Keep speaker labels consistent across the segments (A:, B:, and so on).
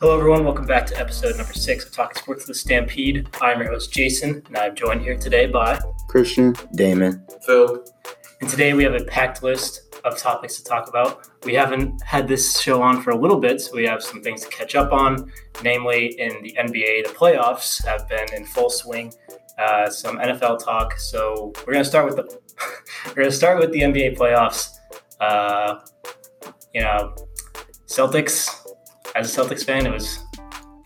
A: Hello, everyone. Welcome back to episode number six of Talking Sports with the Stampede. I'm your host, Jason, and I'm joined here today by.
B: Christian,
C: Damon.
D: Phil.
A: And today we have a packed list of topics to talk about. We haven't had this show on for a little bit, so we have some things to catch up on. Namely, in the NBA, the playoffs have been in full swing. Uh, some NFL talk. So we're gonna start with the we're gonna start with the NBA playoffs. Uh, you know, Celtics. As a Celtics fan, it was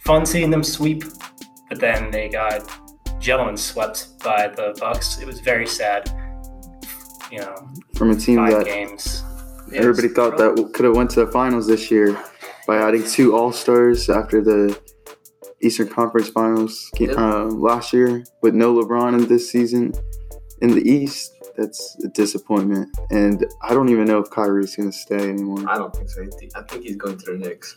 A: fun seeing them sweep, but then they got gentlemen swept by the Bucks. It was very sad. You know,
B: from a team
A: five
B: that
A: games.
B: uh, everybody thought that w- could have went to the finals this year by adding two All Stars after the Eastern Conference Finals ga-
D: Yep.
B: uh, last year, with no LeBron in this season in the East. That's a disappointment, and I don't even know if Kyrie's gonna stay anymore.
D: I don't think so. He- I think he's going to the Knicks.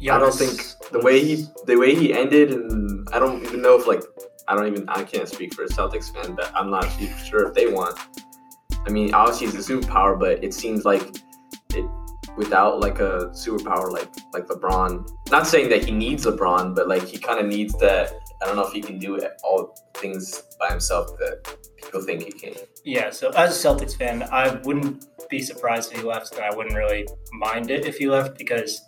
A: Yeah.
D: I don't think the way he the way he ended, and I don't even know if like I don't even I can't speak for a Celtics fan, but I'm not even sure if they want. I mean, obviously he's a superpower, but it seems like it without like a superpower like like LeBron. Not saying that he needs LeBron, but like he kind of needs that. I don't know if he can do it, all things by himself that people think he can.
A: Yeah, so as a Celtics fan, I wouldn't be surprised if he left, and I wouldn't really mind it if he left because,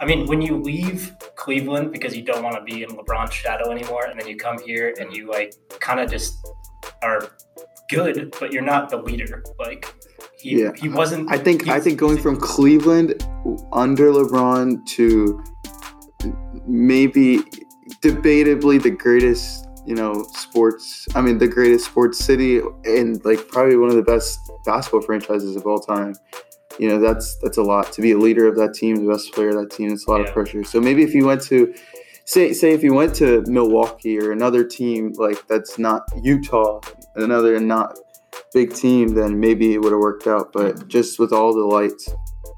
A: I mean, when you leave Cleveland because you don't want to be in LeBron's shadow anymore, and then you come here and you like kind of just are good, but you're not the leader. Like he
B: Yeah.
A: he wasn't.
B: I think
A: he
B: I
A: was-
B: think going from Cleveland under LeBron to maybe debatably the greatest, you know, sports. I mean, the greatest sports city and like probably one of the best basketball franchises of all time. You know, that's that's a lot to be a leader of that team, the best player of that team. It's a lot
A: Yeah.
B: of pressure. So maybe if you went to say say if you went to Milwaukee or another team like that's not Utah, another not big team, then maybe it would have worked out. But just with all the lights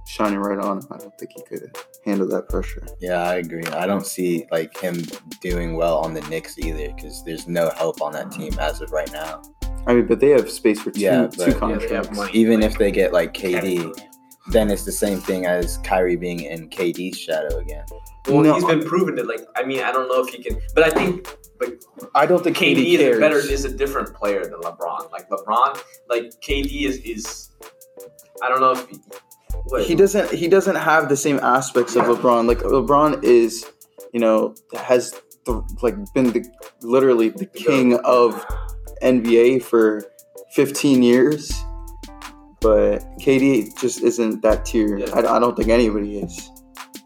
B: shining right on him, I don't think he could handle that pressure.
C: Yeah, I agree. I don't see like him doing well on the Knicks either because there's no help on that team as of right now.
B: I mean, but they have space for two,
C: Yeah, but-
B: two
D: Yeah, they have
B: contracts.
D: money.
C: Even if they get like
A: Kevin
C: KD,
A: Durant.
C: then it's the same thing as Kyrie being in KD's shadow again.
D: Well,
B: No.
D: he's been proven it. Like, I mean, I don't know if he can, but I think
B: I don't think
D: KD is a better is a different player than LeBron. Like LeBron, like KD is is I don't know if what,
B: he doesn't he doesn't have the same aspects of LeBron. Like LeBron is, you know, has th- like been the literally the king of NBA for 15 years. But KD just isn't that tier.
D: Yeah.
B: I, I don't think anybody is.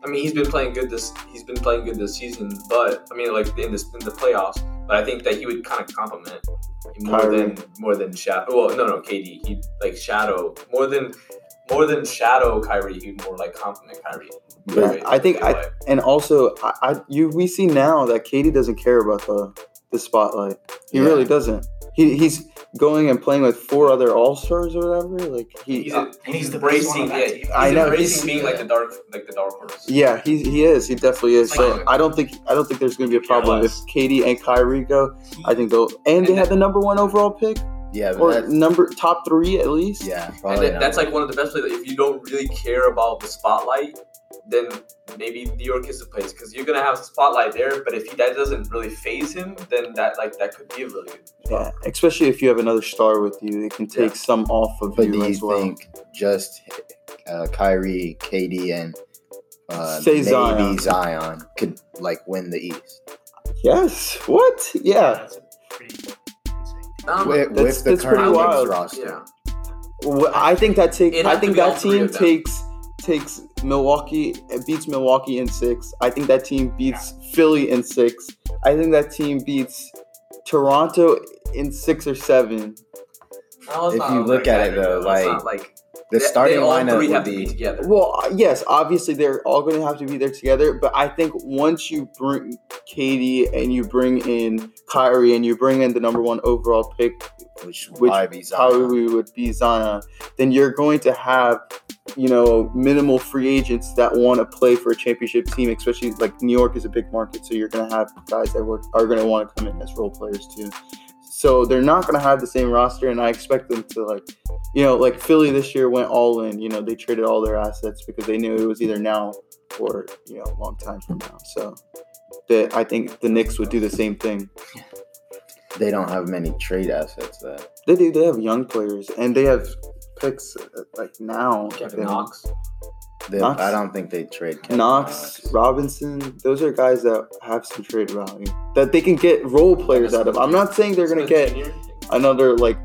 D: I mean, he's been playing good this he's been playing good this season, but I mean, like in this in the playoffs. But I think that he would kind of compliment more
B: Kyrie.
D: than more than shadow. Well, no, no, KD. He like shadow more than more than shadow Kyrie. He'd more like compliment Kyrie.
B: But
D: Right.
B: I think I
D: Like,
B: and also I, I you we see now that Katie doesn't care about the the spotlight. He
C: Yeah.
B: really doesn't. He, he's going and playing with four other all stars or whatever. Like he,
D: he's, a,
A: And he's the best one on
D: embracing.
A: that
D: Yeah,
A: team.
D: he's
B: I know,
D: embracing
B: he's-
D: being like the dark like the dark horse.
B: yeah, he, he is. He definitely is. So
D: Like-
B: I don't think I don't think there's gonna be a problem if
C: Yes.
B: Katie and Kyrie go.
A: He-
B: I think they'll and they had the number one overall pick
C: Yeah, but
B: or
C: that's,
B: number top three at least.
C: yeah,
D: And
C: probably
D: that,
C: not.
D: that's like one of the best plays. If you don't really care about the spotlight, then maybe New York is the place because you're gonna have spotlight there. But if he, that doesn't really phase him, then that like that could be a really good.
B: Yeah, especially if you have another star with you, it can take some off of
C: But
B: you
C: do you
B: as well.
C: think just uh, Kyrie, KD, and uh,
B: Say
C: maybe
B: Zion.
C: Zion. could like win the East
B: Yes. What? Yeah.
A: that's a pretty insane.
D: Um,
C: with, with
B: that's-
C: the
B: that's pretty
C: current
B: wild.
C: Knicks roster?
D: yeah,
B: Well, I think that take.
D: It'd
B: I
D: have to
B: think
D: be all
B: that
D: three
B: team
D: of them.
B: takes takes Milwaukee beats Milwaukee in six. I think that team beats Philly in six. I think that team beats Toronto in six or seven.
D: No, it's
C: If
D: not
C: you
D: all
C: look
D: that
C: at it,
D: bad,
C: though,
D: it's
C: like,
D: not, like
C: The
D: they-
C: starting
D: they all
C: lineup
D: three
C: would
D: have to
C: be
D: together.
B: Well, uh, yes, obviously they're all going to have to be there together. But I think once you bring Katie and you bring in Kyrie and you bring in the number one overall pick,
C: which would
B: Which
C: probably be Zion.
B: probably would be Zion, then you're going to have, you know, minimal free agents that want to play for a championship team, especially like New York is a big market. So you're going to have guys that work, are going to want to come in as role players too. So they're not going to have the same roster. And I expect them to, like, you know, like Philly this year went all in. You know, they traded all their assets because they knew it was either now for you know a long time from now. So that I think the Knicks would do the same thing.
C: They don't have many trade assets that
B: They do. They have young players and they have picks uh, like now.
D: Kevin
B: They-
D: Knox.
C: they,
B: Knox-
C: I don't think they trade Kevin
B: Knox, Robinson, those are guys that have some trade value that they can get role players out of. I'm not saying they're gonna get another like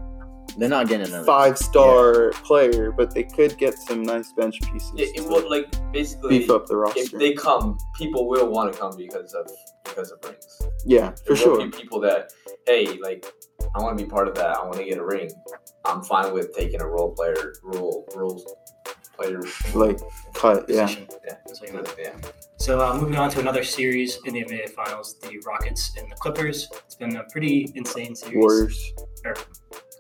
C: They're not getting another
B: five star player, but they could get some nice bench pieces.
D: It, it
B: to
D: would like basically
B: beef up the
D: if
B: roster.
D: they come, people will want to come because of because of rings.
B: yeah, for
D: There will
B: sure.
D: Be people that hey, like I want to be part of that. I want to get a ring. I'm fine with taking a role player, role rules player.
B: Like cut, yeah.
A: Position.
D: Yeah.
A: That's what you meant.
D: Yeah.
A: So uh, moving on to another series in the NBA Finals, the Rockets and the Clippers. It's been a pretty insane series.
B: Warriors.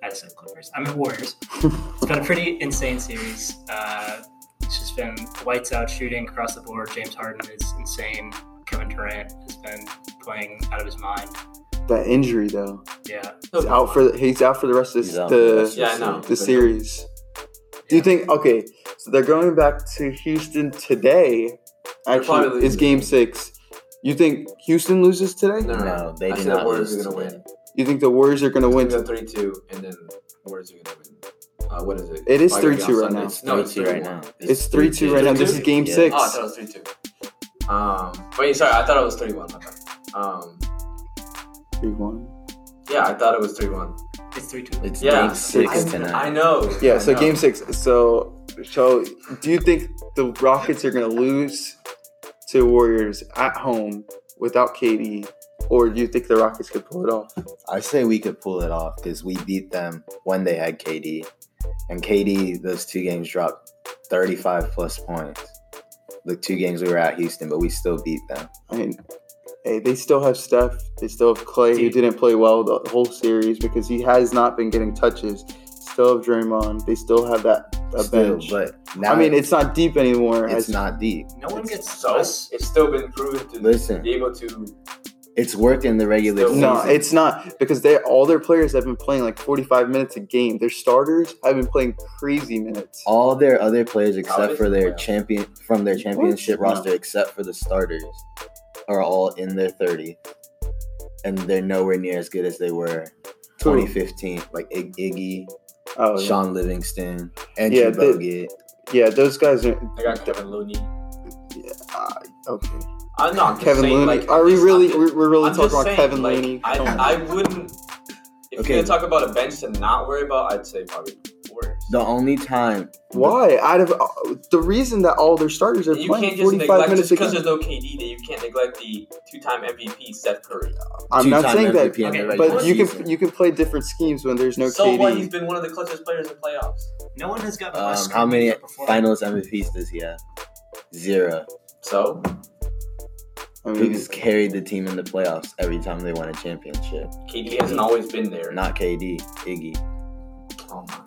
A: I said Clippers. I meant Warriors. it's been a pretty insane series. Uh, it's just been lights out shooting across the board. James Harden is insane. Kevin Durant has been playing out of his mind.
B: That injury though.
A: Yeah.
B: He's out for the, he's out for the rest of
C: He's out for the
B: the
C: rest
D: Yeah, I know.
B: the series. Do you think okay, so they're going back to Houston today.
D: They're probably
B: Actually, it's
D: losing.
B: game six. You think Houston loses today?
D: No,
C: No, they
D: I
C: did
D: said the
C: not
D: Warriors
C: lose
D: are gonna
C: today.
D: win.
B: You think the Warriors are gonna win?
D: Win three two, and then Warriors are gonna win. Uh, what is it?
B: It is
D: Why gotta be
B: 3-2
D: on
B: right
D: Sunday?
B: now.
C: It's
D: No, it's
C: 3-2 right
D: 3-1.
C: now.
B: It's 3-2 right now. This is game
C: Yeah.
B: six.
D: Oh, I thought it was three two. Um, wait, sorry, I thought it was three one. Um,
B: Three one.
D: yeah, I thought it was three one.
A: It's 3 2.
C: It's
D: Yeah.
C: game six
B: I-
C: tonight.
D: I know.
B: Yeah,
D: I
B: so
D: know.
B: game six. So so do you think the Rockets are gonna lose to Warriors at home without KD? Or do you think the Rockets could pull it off?
C: I say we could pull it off because we beat them when they had KD, and KD those two games dropped 35 plus points. The two games we were at Houston, but we still beat them.
B: I mean, hey, they still have Steph. They still have Clay, who
A: Dude.
B: didn't play well the whole series because he has not been getting touches. Still have Draymond. They still have that a
C: Still,
B: bench.
C: but now
B: I mean, it's not deep anymore.
C: it's
B: as-
C: not deep.
A: No one gets
D: So
A: less.
D: it's still been proven to
C: Listen.
D: be able to.
C: It's worked in the regular
D: Still-
C: season.
B: No, it's not because they all their players have been playing like 45 minutes a game. Their starters have been playing crazy minutes.
C: all their other players except
D: College?
C: for their
D: Yeah.
C: champion from their championship
B: No.
C: roster, except for the starters, are all in their 30, and they're nowhere near as good as they were 2015. Like Ig- Iggy,
B: Oh, yeah.
C: Sean Livingston, Andrew
B: Yeah, they-
C: Bogut.
B: yeah, those guys are
D: I got Kevin Looney.
B: okay.
D: I'm not
B: Kevin
D: saying,
B: Looney,
D: Like,
B: are we
D: I'm
B: really
D: just-
B: we're, we're really
D: I'm just
B: talking about
D: saying,
B: Kevin
D: like,
B: Looney?
D: I,
B: Come on.
D: I wouldn't. If
C: Okay.
D: you're gonna talk about a bench to not worry about, I'd say probably Warriors.
C: The only time
B: Why? Out of uh, the reason that all their starters are
D: You
B: playing
D: can't just
B: 45
D: neglect just
B: minutes a
D: because
B: game.
D: there's no KD that you can't neglect the two-time MVP Steph Curry.
B: I'm not
C: two-time
B: saying that,
C: MVP in the
A: Okay,
C: regular
B: but you
C: season.
B: can you can play different schemes when there's no
D: so what? He's
B: KD.
D: been one of the clutchest players in playoffs.
A: No one has gotten
C: Um,
A: less.
C: how many
A: before.
C: finals MVPs does he have? Zero.
D: So
B: I
C: Who
B: mean,
C: just carried the team in the playoffs every time they won a championship?
D: KD hasn't always been there.
C: Not KD, Iggy.
D: Oh my.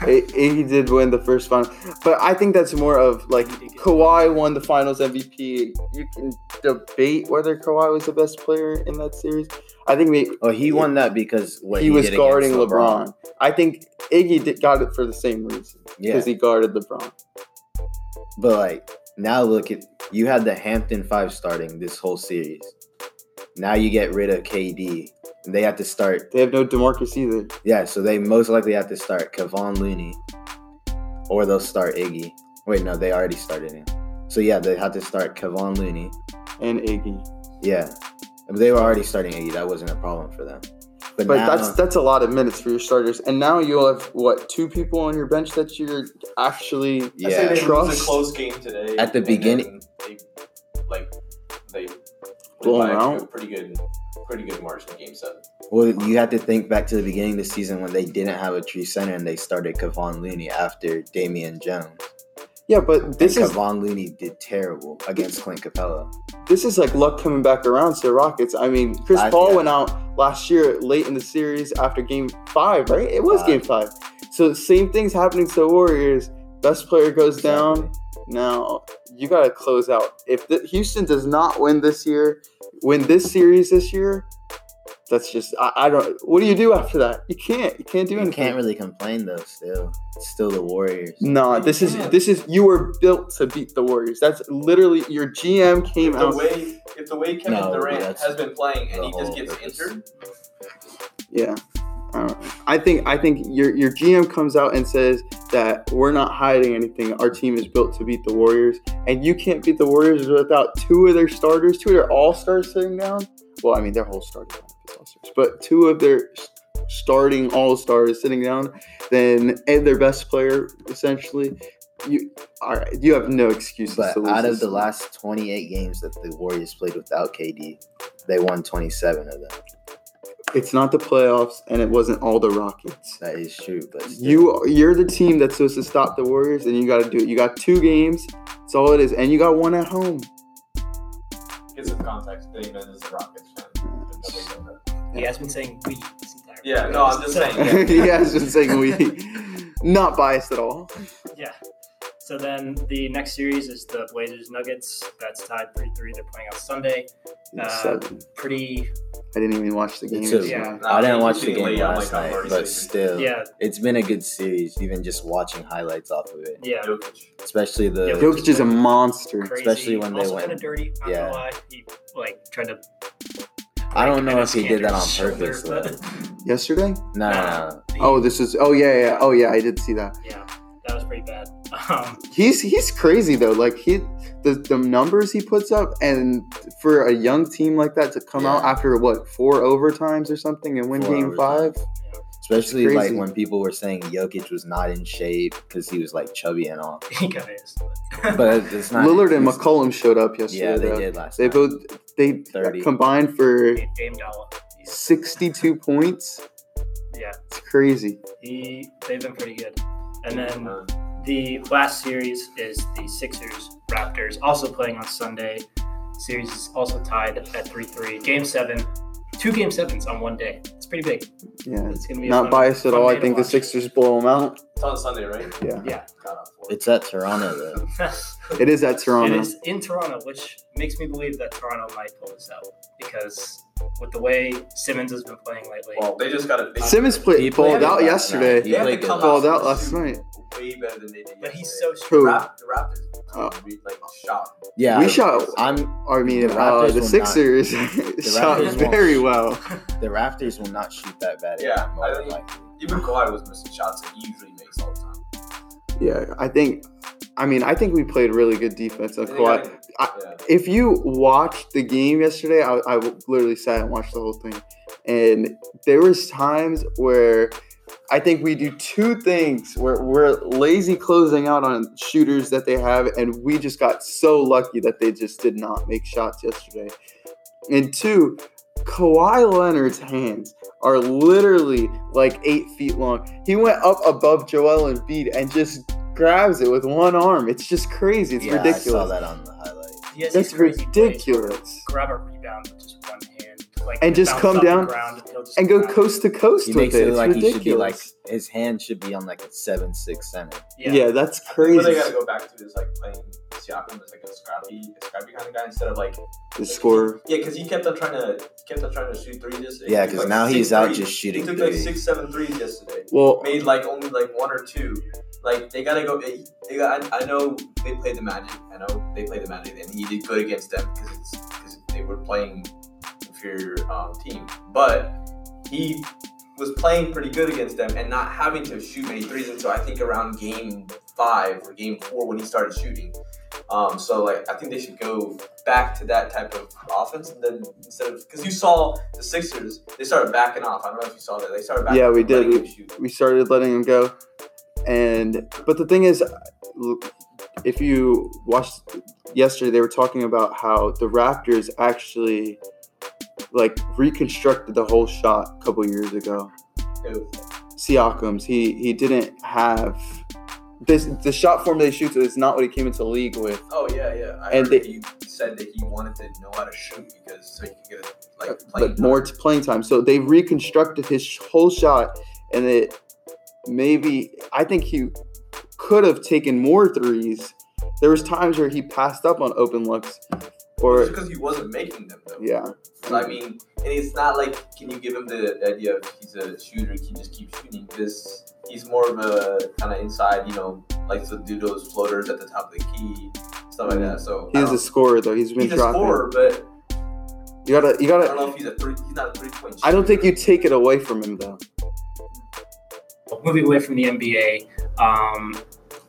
B: I- he did win the first final, but I think that's more of like Kawhi won the Finals MVP. You can debate whether Kawhi was the best player in that series. I think we,
C: Oh, he won that because what
B: he,
C: he,
B: was
C: did against
B: guarding LeBron. I think Iggy did, got it for the same reason
C: Yeah,
B: because he guarded LeBron.
C: But like now, look at you had the Hampton Five starting this whole series. Now you get rid of KD. And they have to start.
B: They have no Demarcus either.
C: Yeah, so they most likely have to start Kevon Looney, or they'll start Iggy. Wait, no, they already started him. So yeah, they have to start Kevon Looney.
B: and Iggy.
C: Yeah, they were already starting Iggy. That wasn't a problem for them. But,
B: But
C: now,
B: that's that's a lot of minutes for your starters. And now you'll have what two people on your bench that you're actually
D: I say
C: Yeah.
D: they lose
B: Trust-
D: a close game today.
C: At the
D: and
C: beginning-
D: then they, like they
B: Blow
D: by
B: them
D: a
B: out?
D: pretty good, pretty good margin in game seven.
C: well, you have to think back to the beginning of the season when they didn't have a true center and they started Kevon Looney after Damian Jones.
B: yeah. But
C: This
B: this is
C: Kevon Looney did terrible against Clint Capella.
B: this is like luck coming back around to the Rockets. I mean, Chris
C: Last
B: Paul
C: year.
B: went out last year late in the series after Game Five, right? It was
C: Five.
B: Game Five. So same things happening to the Warriors. Best player goes down.
C: Exactly.
B: Now you got to close out. If the, Houston does not win this year, win this series this year, that's just I, I don't. What do you do after that? You can't. You can't do
C: You
B: anything.
C: can't really complain though. Still, it's still the Warriors.
B: No, this is
D: can't.
B: this is you were built to beat the Warriors. That's literally your GM came
D: If the
B: out.
D: way if the way Kevin
C: No,
D: Durant
C: that's
D: has been playing and
C: the
D: he just
C: whole
D: gets
C: purpose.
D: injured,
B: Yeah. I don't- I think I think your your GM comes out and says that we're not hiding anything. Our team is built to beat the Warriors, and you can't beat the Warriors without two of their starters, two of their all stars sitting down. Well, I mean their whole starting all stars, but two of their s- starting all stars sitting down, then and their best player essentially. You all right? You have no excuses.
C: But
B: to lose
C: out of
B: this.
C: the last 28 games that the Warriors played without KD, they won 27 of them.
B: it's not the playoffs, and it wasn't all the Rockets.
C: That is true. But still,
B: You you're the team that's supposed to stop the Warriors, and you got to do it. You got two games. That's all it is, and you got one at home.
D: get some context. David is a Rockets fan.
A: He has been saying we. this entire
D: Yeah, no, I'm just
A: So-
D: saying,
B: he has been saying we, not biased at all.
A: Yeah. So then the next series is the Blazers Nuggets. That's tied 3 3. They're playing on Sunday. Uh,
B: Seven.
A: Pretty,
B: I didn't even watch the game.
C: It's a-
A: Yeah.
C: I didn't watch
D: Nah,
C: the game
D: I'm like,
C: last
D: I'm
C: night,
D: already
C: but
D: sleeping.
C: still,
A: yeah,
C: it's been a good series. Even just watching highlights off of it,
A: yeah.
D: Jokic.
C: especially the
A: Yeah,
B: Jokic is a monster.
A: Crazy.
C: Especially when they
A: also
C: win.
A: kind of dirty. Not
C: Yeah.
A: gonna lie. He like tried to.
C: I don't know
A: kinda
C: if he did that on
A: scanned his
C: purpose,
A: shoulder,
B: Yesterday?
C: no, no, no.
A: but-
B: Oh, this is. Oh yeah, yeah. Oh yeah, I did see that.
A: yeah, that was pretty bad. Um,
B: He's he's crazy though. Like he, the the numbers he puts up, and for a young team like that to come out
C: Yeah.
B: after what four overtimes or something and win
C: Four
B: game
C: overtimes.
B: five.
C: Especially
B: Crazy.
C: like when people were saying Jokic was not in shape because he was like chubby and all.
A: he kind of is.
C: But it's not
B: Lillard and
C: it's-
B: McCollum showed up yesterday.
C: Yeah, they
B: though.
C: did last.
B: They
C: night.
B: both they
C: 30.
B: combined for
A: Dame Dalla. He's-
B: 62 points.
A: Yeah,
B: It's crazy.
A: he. They've been pretty good. And then
D: Uh,
A: the last series is the Sixers Raptors, also playing on Sunday. Series is also tied at three three. Game seven, two game sevens on one day. It's pretty big.
B: Yeah.
A: It's gonna be a
B: Not
A: fun-
B: biased at
A: fun
B: all.
A: day
B: I
A: to
B: think the
A: watch.
B: Sixers blow them out.
D: it's on Sunday, right?
B: Yeah.
A: Yeah,
D: God, I'm bored.
C: It's at Toronto though.
B: It is at
A: It
B: Toronto.
A: is in Toronto, which makes me believe that Toronto might pull this out because with the way Simmons has been playing lately,
D: Well, they just got to.
B: Simmons played balled
C: played
B: out
C: last
B: yesterday.
C: night. He
D: They have to
C: played good
D: come
C: last
B: Balled out
D: and
B: last
D: shoot
B: night.
D: Way better than they did.
A: but he's so
D: yesterday.
A: strong.
B: Who?
D: Rap, the Raptors.
B: Oh.
D: we, Like shot.
C: Yeah,
B: we
C: I-
B: shot.
C: I'm
B: I mean,
C: the
B: uh,
C: Raptors
B: the
C: will
B: Sixers shot
C: Raptors won't.
B: very well.
C: the Raptors will not shoot that bad.
D: Yeah,
C: anymore,
D: I think-
C: like,
D: Even Kawhi was missing shots that he usually makes all the time.
B: Yeah, I think. I mean, I think we played really good defense on
D: And they got-
B: Kawhi. if you watched the game yesterday, I, I literally sat and watched the whole thing, and there was times where I think we do two things where we're lazy closing out on shooters that they have, and we just got so lucky that they just did not make shots yesterday. And two, Kawhi Leonard's hands are literally like eight feet long. He went up above Joel Embiid and just grabs it with one arm. It's just crazy. It's
C: yeah, I saw
B: ridiculous.
C: that on the highlight.
A: He has
B: That's
A: these crazy plays where he'll
B: ridiculous.
A: Grab a rebound with just one hand, like
B: And just
A: bounce
B: come
A: off the
B: down
A: ground and, he'll just
B: And go
A: grab it.
B: coast to coast
C: He
B: with
C: makes
B: it.
C: it
B: It's
C: like he
B: ridiculous.
C: should be like his hand should be on like a seven six center.
B: yeah.
A: Yeah,
B: that's
D: What
B: crazy.
D: they gotta go back to is like playing Siakam as like a scrappy, a scrappy kind of guy instead of like
B: The score.
D: yeah, because he kept on trying to he kept on trying to shoot threes. yesterday.
C: Yeah,
D: He took,
C: 'cause
D: like,
C: now
D: six
C: he's out
D: threes.
C: just shooting
D: He took
C: threes.
D: like six, seven threes yesterday.
B: Well,
D: Made like only like one or two. Like they gotta go. They, they got, I, I know they played the Magic. I know they played the Magic, and he did good against them because because they were playing inferior um, team. But he was playing pretty good against them and not having to shoot many threes until I think around game five or game four when he started shooting. Um, so like I think they should go back to that type of offense and then instead of because you saw the Sixers they started backing off. I don't know if you saw that they started backing
B: Yeah,
D: off
B: we
D: and letting
B: did.
D: him shoot.
B: we started letting him go, and but the thing is, look, if you watched yesterday, they were talking about how the Raptors actually like reconstructed the whole shot a couple years ago.
D: Ew.
B: Siakam's. He he didn't have this. The shot form that he shoots is not what he came into the league with.
D: Oh yeah, yeah. I
B: And
D: and
B: they-
D: he said that he wanted to know how to shoot because so he could get like playing
B: but more to playing time. So they reconstructed his sh- whole shot, and it maybe I think he could have taken more threes. There was times where he passed up on open looks, Or
D: because he wasn't making them though.
B: yeah,
D: So, I mean, and it's not like can you give him the idea of he's a shooter, he just keeps shooting because he's more of a kind of inside, you know, likes to do those floaters at the top of the key, stuff like that. So I
B: he's a
D: don't-
B: scorer though. He's been
D: he's a
B: dropping.
D: scorer, but
B: You gotta, you
D: I
B: gotta.
D: don't know if he's a three. He's not a three point. Shooter.
B: I don't think you take it away from him though.
A: moving away from the NBA. Um,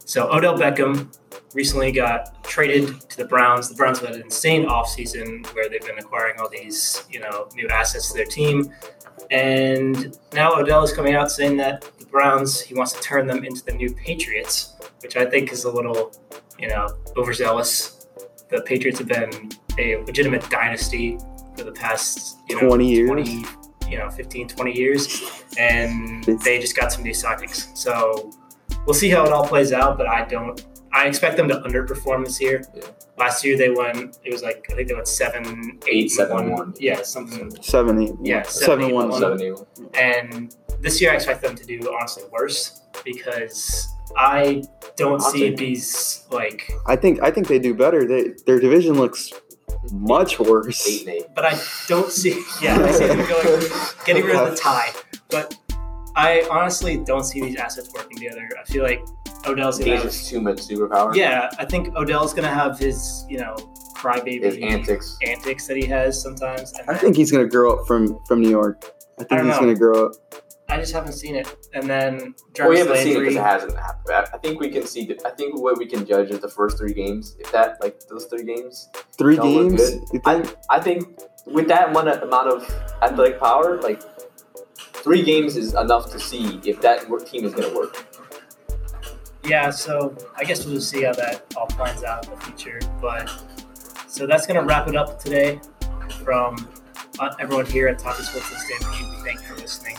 A: so Odell Beckham recently got traded to the Browns. The Browns had an insane offseason where they've been acquiring all these, you know, new assets to their team. And now Odell is coming out saying that the Browns, he wants to turn them into the new Patriots, which I think is a little, you know, overzealous. The Patriots have been a legitimate dynasty for the past, you know,
B: 20 years.
A: 20, you know, 15, 20 years. And they just got some new signings. So we'll see how it all plays out, but I don't I expect them to underperform this year.
D: Yeah.
A: Last year they won it was like I think they went seven,
D: Eight,
A: eight,
D: seven,
A: one.
D: one. Mm-hmm.
A: Yeah, something
B: Seven eight.
A: Yeah,
B: seven,
A: seven, eight,
B: one.
A: one.
D: Seven, eight, one.
A: and this year I expect them to do honestly worse because I don't
D: I'll
A: see
D: take it.
A: these like
B: I think, I think they do better. They, their division looks much
D: Eight
B: worse.
D: and eight.
A: but I don't see yeah, I see them going getting rid of the tie. But I honestly don't see these assets working together. I feel like Odell's gonna
D: He's
A: have,
D: just too much superpower.
A: Yeah, I think Odell's gonna have his, you know, crybaby
D: His antics.
A: antics that he has sometimes. And
B: I
A: then-
B: think he's gonna grow up from from New York. I think
A: don't
B: he's
A: know.
B: gonna grow up.
A: I just haven't seen it. And then
D: Well, we
A: Jarvis
D: haven't seen it
A: Landry.
D: because it hasn't happened. I- I think we can see. The, I think what we can judge is the first three games. If that, like those three games,
B: 3
D: Don't look
B: games.
D: good.
B: You
D: I
B: think?
D: I think with that one amount of athletic power, like three games is enough to see if that work team is going to work.
A: yeah, so I guess we'll just see how that all plans out in the future. But so that's gonna wrap it up today from uh, everyone here at Talking Sports This Day. We thank you for listening.